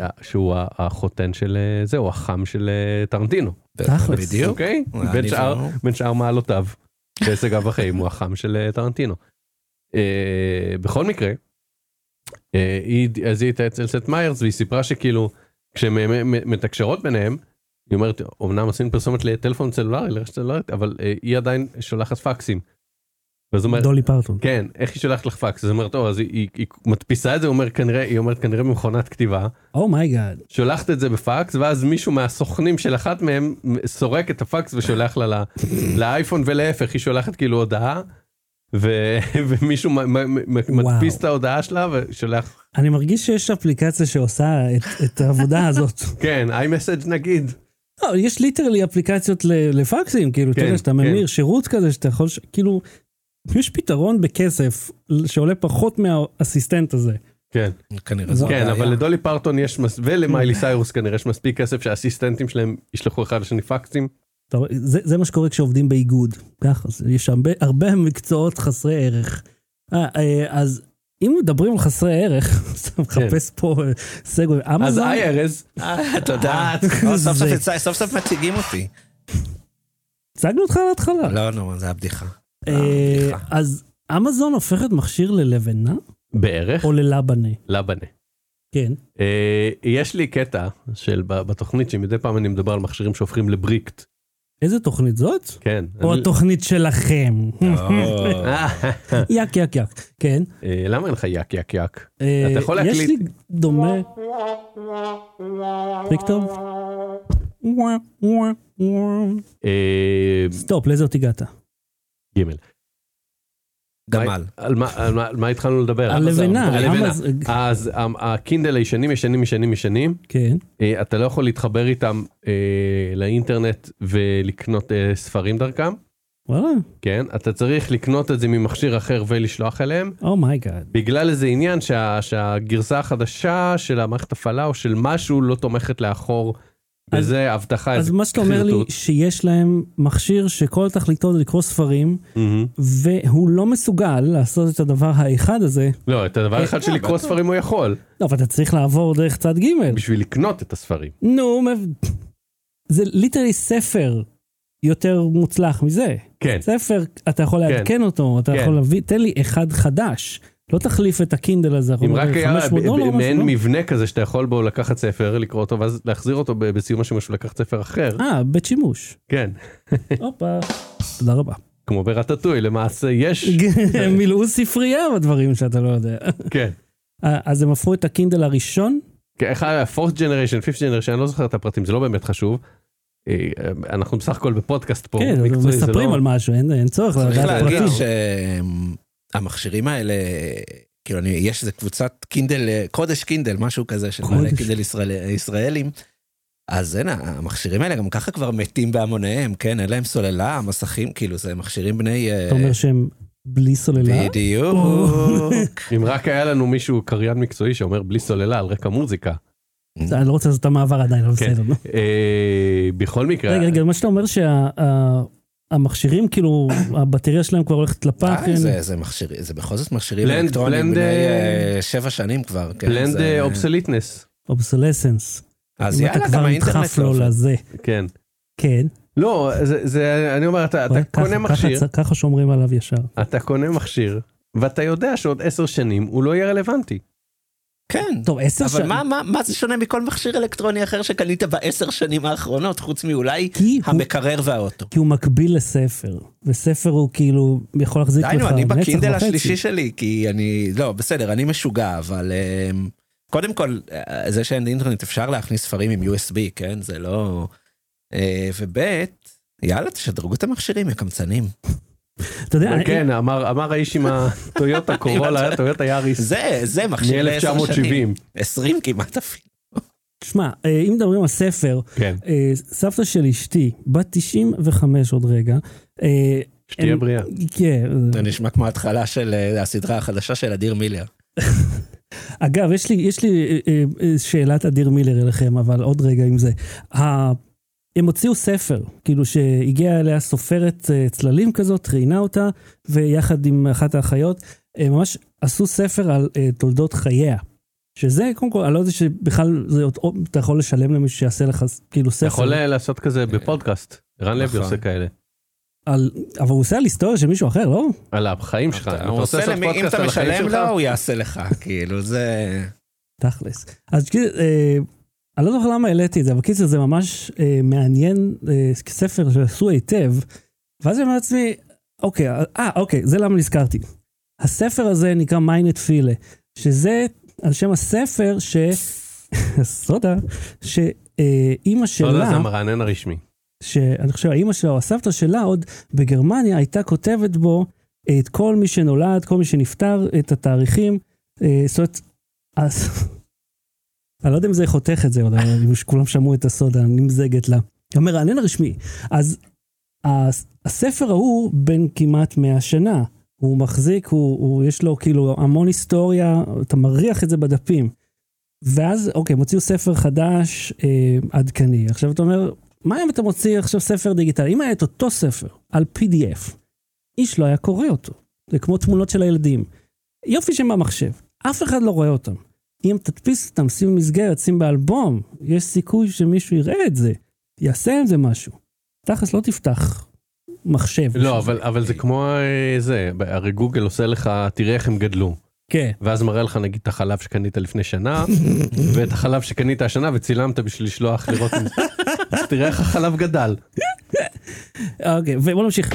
אה, שהוא ה- החותן של אה, זה, הוא החם של אה, טרנטינו,
תכלס.
בדיוק.
אוקיי?
אני
בין שאר-
לא-
בין שאר מעלותיו והישגיו בחיים הוא החם של אה, טרנטינו. אה, בכל מקרה, אה, היא, אז היא הייתה אצל סט מיירס והיא סיפרה שכאילו כשהן אה, מ- מ- מתקשרות ביניהם, היא אומרת אמנם עושים פרסומת לטלפון סלולרי, לרשת סלולרית, אבל אה, היא עדיין שולחת פקסים. ואז אומרת,
דולי פרטון.
כן, איך היא שולחת לך פקס? אז אומרת, או, אז היא, היא, היא מדפיסה את זה, אומר, כנראה, היא אומרת כנראה במכונת כתיבה,
Oh אומייגאד.
שולחת את זה בפקס, ואז מישהו מהסוכנים של אחת מהם סורק את הפקס ושולח לה ל- לאייפון, ולהפך, היא שולחת כאילו הודעה, ו, ומישהו מ, מ, מ,
וואו.
מדפיס את ההודעה שלה ושולח,
אני מרגיש שיש אפליקציה שעושה את- את העבודה הזאת.
כן, iMessage נגיד.
לא, יש ליטרלי אפליקציות ל- לפקסים, כאילו, אתה
כן,
יודע, שאתה
כן.
ממיר שירות כזה, שאתה יכול, ש- כאילו, יש פתרון בכסף שעולה פחות מהאסיסטנט הזה.
כן,
כנראה זו
כן,
הבעיה.
אבל לדולי פרטון יש, מס... ולמיילי סיירוס כנראה יש מספיק כסף שהאסיסטנטים שלהם ישלחו אחד לשני פקסים.
אתה רואה, זה, זה מה שקורה כשעובדים באיגוד, ככה, זה- יש הרבה, הרבה מקצועות חסרי ערך. אה, אה, אז אם מדברים על חסרי ערך, אז אתה מחפש פה אה, סגווי,
כן. אז
אמזון,
היי ארז,
אה, תודה,
אה,
סוף סוף
זה-
יצא- סוף סוף מציגים אותי.
הצגנו אותך על ההתחלה.
לא, נו, זה הבדיחה.
אה,
בדיחה.
אז אמזון הופכת מכשיר ללבנה
בערך,
או ללבנה,
לבנה.
כן.
אה, יש לי קטע של ב- בתוכנית שמדי פעם אני מדבר על מכשירים שהופכים לבריקט.
איזה תוכנית זאת?
כן.
או
אני-
התוכנית שלכם.
או,
אה,
יק יק יק, כן.
אה, למה אין לך יק יק יק?
אה,
אתה יכול
יש
להקליט.
לי דומה. מספיק טוב? ווא, ווא, ווא.
אה,
סטופ, לאיזה עוד הגעת?
גימל.
גמל.
מה- על מה- על מה- על מה התחלנו לדבר?
על
אמזון.
לבנה,
על לבנה.
אמז-
אז המ- הקינדל הישנים ישנים ישנים ישנים,
כן.
אה, אתה לא יכול להתחבר איתם אה, לאינטרנט ולקנות אה, ספרים דרכם,
וואלה,
כן? אתה צריך לקנות את זה ממכשיר אחר ולשלוח אליהם.
Oh אומייגאד.
בגלל איזה עניין שה, שהגרסה החדשה של המערכת הפעלה או של משהו לא תומכת לאחור.
אז-
וזה הבטחה.
אז
איזה
מה שאתה אומר לי,
חרטוט.
שיש להם מכשיר שכל תכליתו זה לקרוא ספרים,
מהמם.
והוא לא מסוגל לעשות את הדבר האחד הזה.
לא, את הדבר
אה,
האחד של
אה,
לקרוא
בטוח.
ספרים הוא יכול,
לא, אבל אתה צריך לעבור דרך צד ג'.
בשביל לקנות את הספרים.
נו, מב- זה ליטרלי ספר יותר מוצלח מזה.
כן,
ספר, אתה יכול
כן.
לעדכן אותו, אתה
כן.
יכול להביא, תן לי אחד חדש. לא תחליף את הקינדל הזה, אנחנו
אם רק
מדברים
היה
על 500 דולר,
ב- ב-
משהו,
מעין
לא?
מבנה כזה שאתה יכול בו לקחת ספר, לקרוא אותו, ואז להחזיר אותו ב- בסיום השימוש ולקחת ספר אחר.
אה, בית שימוש.
כן,
הופה. תודה רבה.
כמו ברטטוי, למעשה יש.
מילאו ספרייה בדברים שאתה לא יודע.
כן.
אה, אז הם הפכו את הקינדל הראשון?
כן, אחד היה פורט ג'נריישן, פיפט ג'נריישן, אני לא זוכר את הפרטים, זה לא באמת חשוב. אה, אנחנו בסך הכל בפודקאסט פה,
כן, אז
מקצועי, זה
מספרים
לא-
על משהו, אין אין צורך
צריך
לדעת
להגיד
פרטים.
שהמכשירים האלה, כאילו אני, יש איזה קבוצת קינדל, אה, קודש קינדל, משהו כזה של מלא
קודש.
קינדל ישראל, ישראלים. אז הנה, המכשירים האלה גם ככה כבר מתים בהמוניהם, כן? אין להם סוללה, מסכים, כאילו זה מכשירים בני... אה,
אתה אומר שהם בלי סוללה?
בדיוק.
אם רק היה לנו מישהו קריין מקצועי שאומר בלי סוללה על רקע מוזיקה,
אני לא רוצה לעשות את המעבר עדיין, אבל
כן.
בסדר. נו.
אה, בכל מקרה,
רגע, רגע, מה שאתה אומר שהמכשירים, כאילו, הבטריה שלהם כבר הולכת לפח. כן?
די, אה, זה- זה מכשיר- זה בכל זאת מכשירים
בלנד-
אלקטרונים
בלנד,
בני
אה,
אה, שבע שנים כבר. כן,
פלנד
זה-
אובסליטנס,
אובסולסנס.
אז יאללה, גם
אם אתה כבר
האינטרנט
נדחף לו
לא עובד.
לזה.
כן.
כן.
לא, זה- זה, אני אומר, אתה אתה
וואי, ככה- ככה
קונה מכשיר,
צ- ככה שומרים עליו ישר.
אתה קונה מכשיר, ואתה יודע שעוד עשר שנים הוא לא יהיה רלוונטי.
כן.
טוב, עשר
אבל
שנים.
מה, מה, מה זה שונה מכל מכשיר אלקטרוני אחר שקנית בעשר שנים האחרונות, חוץ מאולי
כי הוא-
המקרר והאוטו?
כי הוא מקביל לספר, וספר הוא כאילו יכול להחזיק לך
דהיינו, אני
נצח
בקינדל
וחצי.
השלישי שלי, כי אני, לא, בסדר, אני משוגע, אבל אמ, קודם כל, אה, זה שאין אינטרנט, אפשר להכניס ספרים עם USB, כן? זה לא... אה, ובית, יאללה, תשדרגו את המכשירים, יא קמצנים.
אתה יודע, אני-
כן, אמר אמר האיש עם הטויוטה קורולה, טויוטה יאריס,
זה, זה מכשיר לעשר שנים.
מ-1970.
20 כמעט אפילו.
תשמע, אה, אם מדברים על ספר,
כן,
אה, סבתא של אשתי, בת 95 עוד רגע, אה,
שתהיה
הם-
בריאה.
כן,
זה נשמע כמו ההתחלה של אה, הסדרה החדשה של אדיר מילר.
אגב, יש לי, יש לי אה, אה, אה, שאלת אדיר מילר אליכם, אבל עוד רגע עם זה. ה... הם הוציאו ספר, כאילו שהגיעה אליה סופרת אה, צללים כזאת, ראיינה אותה, ויחד עם אחת האחיות, הם ממש עשו ספר על אה, תולדות חייה. שזה, קודם כל, אני לא יודע שבכלל, זה, עוד- עוד- אתה יכול לשלם למישהו שיעשה לך כאילו
אתה
ספר.
יכול אה, לעשות כזה בפודקאסט, רן לוי
נכון.
עושה כאלה,
על, אבל הוא עושה על היסטוריה של מישהו אחר, לא?
על החיים שלך.
אתה-
אתה
הוא
רוצה
עושה
לעשות
למי, אם
פודקאסט
אתה
על החיים
משלם
שלך?
לו, הוא יעשה לך, כאילו, זה...
תכלס. אז כאילו, אה, אני לא זוכר למה העליתי את זה, אבל קיצר זה ממש אה, מעניין, אה, ספר שעשו היטב, ואז אני אומר לעצמי, אוקיי, אה, אוקיי, זה למה נזכרתי. הספר הזה נקרא מיינט פילה, שזה על שם הספר ש... סודה, שאימא
לא, לא, זה
שלה,
המרענן הרשמי.
שאני חושב, האימא שלה או הסבתא שלה עוד בגרמניה הייתה כותבת בו אה, את כל מי שנולד, כל מי שנפטר, את התאריכים. אה, זאת אומרת, אז... אני לא יודע אם זה חותך את זה, או לא, אם כולם שמעו את הסודה, נמזגת לה. המרענן הרשמי. אז הס- הספר ההוא בן כמעט 100 שנה. הוא מחזיק, הוא, הוא, יש לו כאילו המון היסטוריה, אתה מריח את זה בדפים. ואז, אוקיי, הם הוציאו ספר חדש, אה, עדכני. עכשיו אתה אומר, מה אם אתה מוציא עכשיו ספר דיגיטלי? אם היה את אותו ספר על PDF, איש לא היה קורא אותו. זה כמו תמונות של הילדים. יופי שהם במחשב, אף אחד לא רואה אותם. אם תדפיס אותם, שים במסגרת, שים באלבום, יש סיכוי שמישהו יראה את זה, יעשה עם זה משהו. תכלס לא תפתח מחשב. בשביל
לא, אבל- אבל זה כמו אה, זה, הרי גוגל עושה לך, תראה איך הם גדלו.
כן.
ואז מראה לך נגיד את החלב שקנית לפני שנה, ואת החלב שקנית השנה וצילמת בשביל לשלוח לראות אם... אז תראה איך החלב גדל.
אוקיי, ובוא נמשיך.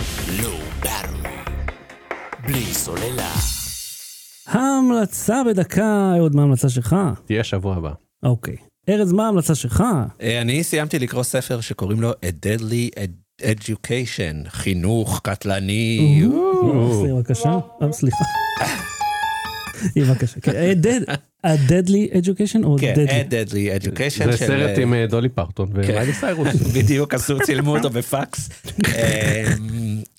ההמלצה בדקה, עוד מה ההמלצה שלך?
תהיה שבוע הבא.
אוקיי. ארז, מה ההמלצה שלך?
אה, אני סיימתי לקרוא ספר שקוראים לו A Deadly Ed- Education, חינוך קטלני.
אופס, בבקשה. אה, סליחה. היא בבקשה. כן, אה, dead- A Deadly Education או
כן,
Deadly?
A Deadly Education.
זה
של,
סרט
אה, כן.
עם אה, דולי פרטון ומיילי סיירוס.
בדיוק, עשו, צילמו אותו בפקס. אה,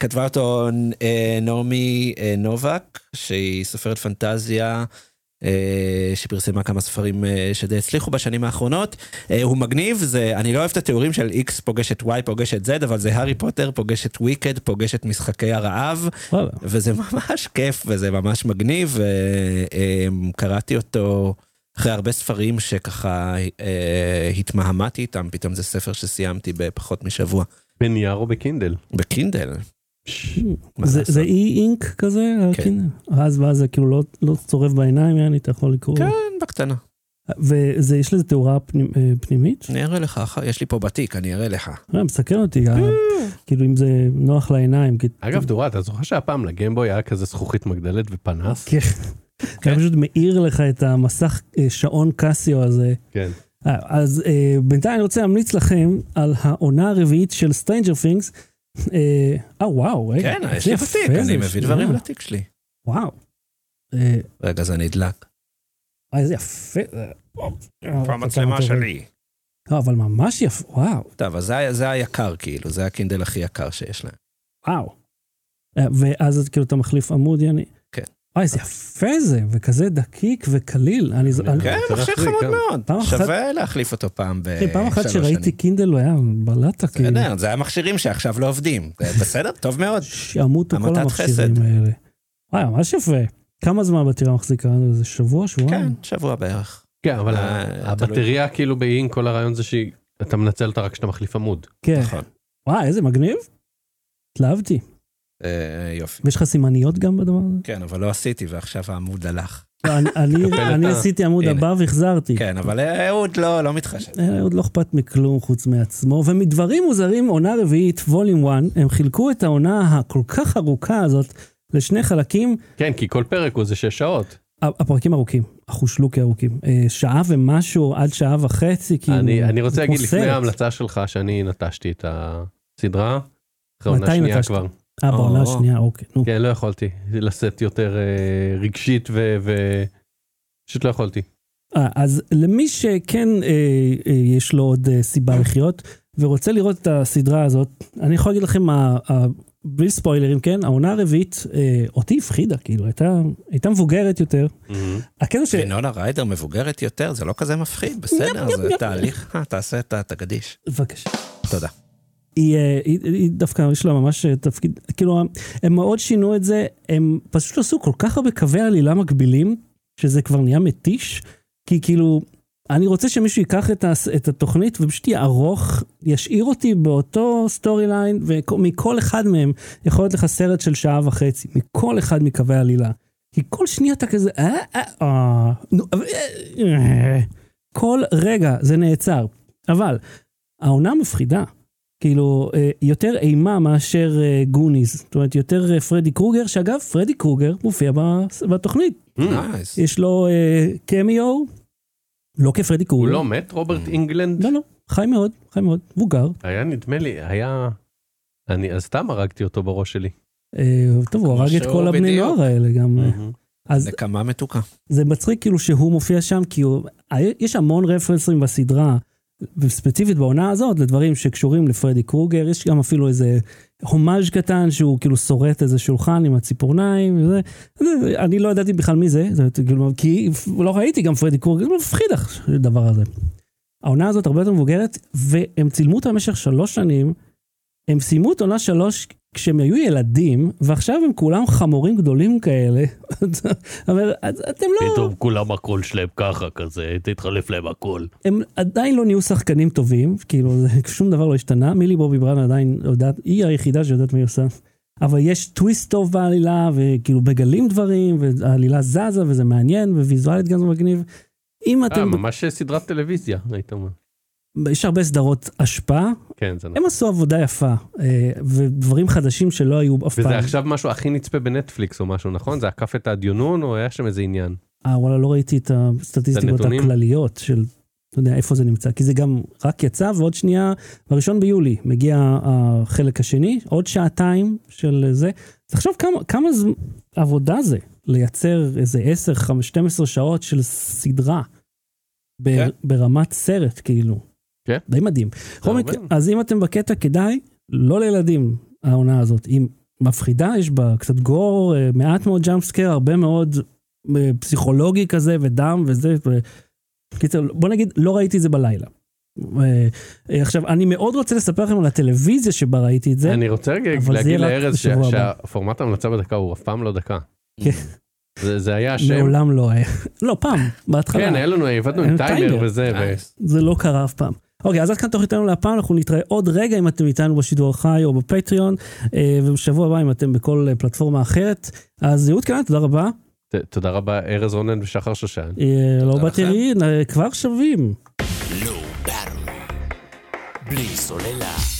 כתבה אותו אה, נעמי אה, נובק, שהיא סופרת פנטזיה. אה, שפרסמה כמה ספרים אה, שדי הצליחו בשנים האחרונות. אה, הוא מגניב, זה, אני לא אוהב את התיאורים של X פוגשת Y פוגשת Z, אבל זה הארי פוטר פוגשת וויקד פוגשת משחקי הרעב.
וואלה.
וזה ממש כיף וזה ממש מגניב. אה, אה, קראתי אותו אחרי הרבה ספרים שככה אה, התמהמהתי איתם, פתאום זה ספר שסיימתי בפחות משבוע.
בנייר או בקינדל.
בקינדל. מה
זה-
לעשות?
זה אי אינק כזה? כן. אז ואז זה כאילו לא- לא צורב בעיניים, יעני, אתה יכול לקרוא.
כן, בקטנה.
וזה, יש לזה תאורה פנימ- אה, פנימית?
אני אראה לך, אחר- יש לי פה בתיק, אני אראה לך.
אה, מסקרן אותי, אה,
כן.
כאילו אם זה נוח לעיניים. כי-
אגב, דורה, אתה זוכר שהפעם לגמבוי היה כזה זכוכית מגדלת
אה,
ופנס?
כן. אתה פשוט מאיר לך את המסך אה, שעון קסיו הזה.
כן.
אה, אז אה, בינתיים אני רוצה להמליץ לכם על העונה הרביעית של Stranger Things. אה, אה וואו, רגע.
כן,
איזה
יש לי
יפה
בתיק,
זה,
אני מביא
שנייה.
דברים לתיק שלי.
וואו. אה,
רגע, זה נדלק.
אה, איזה יפה. זה. אה, אה,
שלי.
אה, אבל ממש יפה, וואו,
טוב, אז זה היה- זה היקר כאילו, זה הקינדל הכי יקר שיש להם.
וואו. אה, ואז כאילו אתה מחליף עמוד, יעני.
כן.
וואי, איזה יפה זה, וכזה דקיק וקליל. אני זו- אני-
כן,
צריך
מכשיר
להחליק,
חמוד
כן.
פעם
מאוד.
אחת-
שווה להחליף אותו פעם ב...
אחי, פעם אחת
שלוש
שראיתי
שנים.
קינדל הוא היה בלטה, כאילו.
בסדר, זה המכשירים שעכשיו לא עובדים. זה בסדר, טוב מאוד.
שימותו כל
עמותת
המכשירים
חסד.
האלה. וואי, ממש יפה. כמה זמן הבטירה מחזיקה? איזה שבוע,
כן,
שבועיים?
שבוע בערך.
כן, אבל
אה,
ה-
תלוי.
הבטריה כאילו באינק, כל הרעיון זה שהיא... אתה מנצל אותה רק כשאתה מחליף עמוד.
כן.
נכון.
וואי, איזה מגניב. התלהבתי.
אה, יופי.
ויש לך סימניות גם בדבר הזה?
כן, אבל לא עשיתי, ועכשיו העמוד הלך.
לא, אני- אני- אני
אתה.
עשיתי עמוד
כן. הנה.
הבא והחזרתי.
כן, אבל אה, אהוד לא, לא מתחשב.
אה, עוד לא אכפת מכלום חוץ מעצמו. ומדברים מוזרים, עונה רביעית, ווליום 1, הם חילקו את העונה הכל כך ארוכה הזאת לשני חלקים,
כן, כי כל פרק הוא איזה שש שעות.
הפרקים ארוכים, החושלוקי ארוכים. אה, שעה ומשהו עד שעה וחצי, כאילו.
אני אני רוצה
זה
להגיד
כמו
לפני
סרט.
ההמלצה שלך שאני נטשתי את הסדרה. אחרי עונה
מתי
שנייה
נטשת?
כבר.
אה, בעונה
או.
השנייה, אוקיי. נו.
כן, לא יכולתי לשאת יותר אה, רגשית ו... ו- פשוט לא יכולתי.
אה, אז למי שכן אה, אה, יש לו עוד אה, סיבה לחיות ורוצה לראות את הסדרה הזאת, אני יכול להגיד לכם, ה- ה- בלי ספוילרים, כן, העונה הרביעית אה, אותי הפחידה, כאילו, הייתה, הייתה מבוגרת יותר. הקטע ש...
ינונה ריידר מבוגרת יותר, זה לא כזה מפחיד, בסדר, זה תהליך. אה, תעשה את התגדיש.
בבקשה.
תודה.
היא, אה, היא, היא דווקא, יש לה ממש אה, תפקיד, כאילו, הם מאוד שינו את זה, הם פשוט עשו כל כך הרבה קווי עלילה מקבילים, שזה כבר נהיה מתיש, כי כאילו, אני רוצה שמישהו ייקח את, הס, את התוכנית ופשוט יערוך, ישאיר אותי באותו סטורי ליין, ומכל אחד מהם יכול להיות לך סרט של שעה וחצי, מכל אחד מקווי העלילה. כי כל שנייה אתה כזה, אה, אה, אה, נו, אבל, אה, אה." כל רגע זה נעצר. אבל, העונה מפחידה. כאילו, אה, יותר אימה מאשר אה, גוניז. זאת אומרת, יותר אה, פרדי קרוגר, שאגב, פרדי קרוגר מופיע בס- בתוכנית.
נייס.
יש לו אה, קמיו, לא כפרדי
הוא
קרוגר.
לא מת, רוברט אינגלנד?
לא, לא, חי מאוד, חי מאוד, מבוגר.
היה נדמה לי, היה... אני אז סתם הרגתי אותו בראש שלי.
אה, טוב, הוא
כמו
הרג את
שהוא
כל הבני
בדיוק.
נוער האלה גם. אה. אז
נקמה מתוקה.
זה מצחיק כאילו שהוא מופיע שם, כי הוא... אה, יש המון רפרנסים בסדרה, וספציפית בעונה הזאת, לדברים שקשורים לפרדי קרוגר, יש גם אפילו איזה הומאז' קטן שהוא כאילו שורט איזה שולחן עם הציפורניים וזה. זה- אני לא ידעתי בכלל מי זה, זה כאילו, כי לא ראיתי גם פרדי קרוגר, זה מפחיד עכשיו, הדבר הזה. העונה הזאת הרבה יותר מבוגרת, והם צילמו אותה במשך שלוש שנים, הם סיימו את עונה שלוש כשהם היו ילדים, ועכשיו הם כולם חמורים גדולים כאלה. אבל את- אתם לא...
פתאום כולם הקול שלהם ככה כזה, תתחלף להם הקול.
הם עדיין לא נהיו שחקנים טובים, כאילו זה- שום דבר לא השתנה, מילי בובי בראן עדיין יודעת, היא היחידה שיודעת מה היא עושה. אבל יש טוויסט טוב בעלילה, וכאילו מגלים דברים, והעלילה זזה, וזה מעניין, וויזואלית גם זה מגניב. אם
אה,
אתם...
ממש סדרת טלוויזיה, היית אומר.
יש הרבה סדרות השפעה,
כן, זה נכון.
הם עשו עבודה יפה, אה, ודברים חדשים שלא היו אף פעם.
וזה עכשיו משהו הכי נצפה בנטפליקס או משהו, נכון? זה עקף את הדיונון או היה שם איזה עניין?
אה, וואלה, לא ראיתי את הסטטיסטיקות
הנתונים?
הכלליות של, אתה יודע, איפה זה נמצא, כי זה גם רק יצא, ועוד שנייה, בראשון ביולי מגיע אה, החלק השני, עוד שעתיים של זה. תחשוב כמה, כמה ז... עבודה זה לייצר איזה 10, 15, 12 שעות של סדרה ב...
כן.
ברמת סרט, כאילו.
כן.
די מדהים. בכל
הרבה.
מקרה, אז אם אתם בקטע, כדאי, לא לילדים, העונה הזאת. היא מפחידה, יש בה קצת גור, אה, מעט מאוד ג'אמפ סקייר, הרבה מאוד אה, פסיכולוגי כזה, ודם וזה. ו... קיצר, בוא נגיד, לא ראיתי את זה בלילה. אה, אה, עכשיו, אני מאוד רוצה לספר לכם על הטלוויזיה שבה ראיתי את זה.
אני רוצה רגע
אבל זה יהיה
להגיד
רק
לארז ש-
בשבוע הבא.
שהפורמט המלצה בדקה הוא אף פעם לא דקה.
כן.
זה- זה היה השם.
מעולם לא היה. לא, פעם, בהתחלה.
כן, היה לנו, עבדנו
עם
עם טיימר אה.
טיימר.
וזה, ו-
נייס.
זה לא קרה אף פעם. אוקיי, אז עד כאן תוכניתנו להפעם, אנחנו נתראה עוד רגע אם אתם איתנו בשידור החי או בפטריון, אה, ובשבוע הבא אם אתם בכל אה, פלטפורמה אחרת. אז יהוד כאן, תודה רבה.
ת- תודה רבה, ארז רונן ושחר שושן.
אה, לא
לכם.
בתראי, כבר שווים.
בלי סוללה.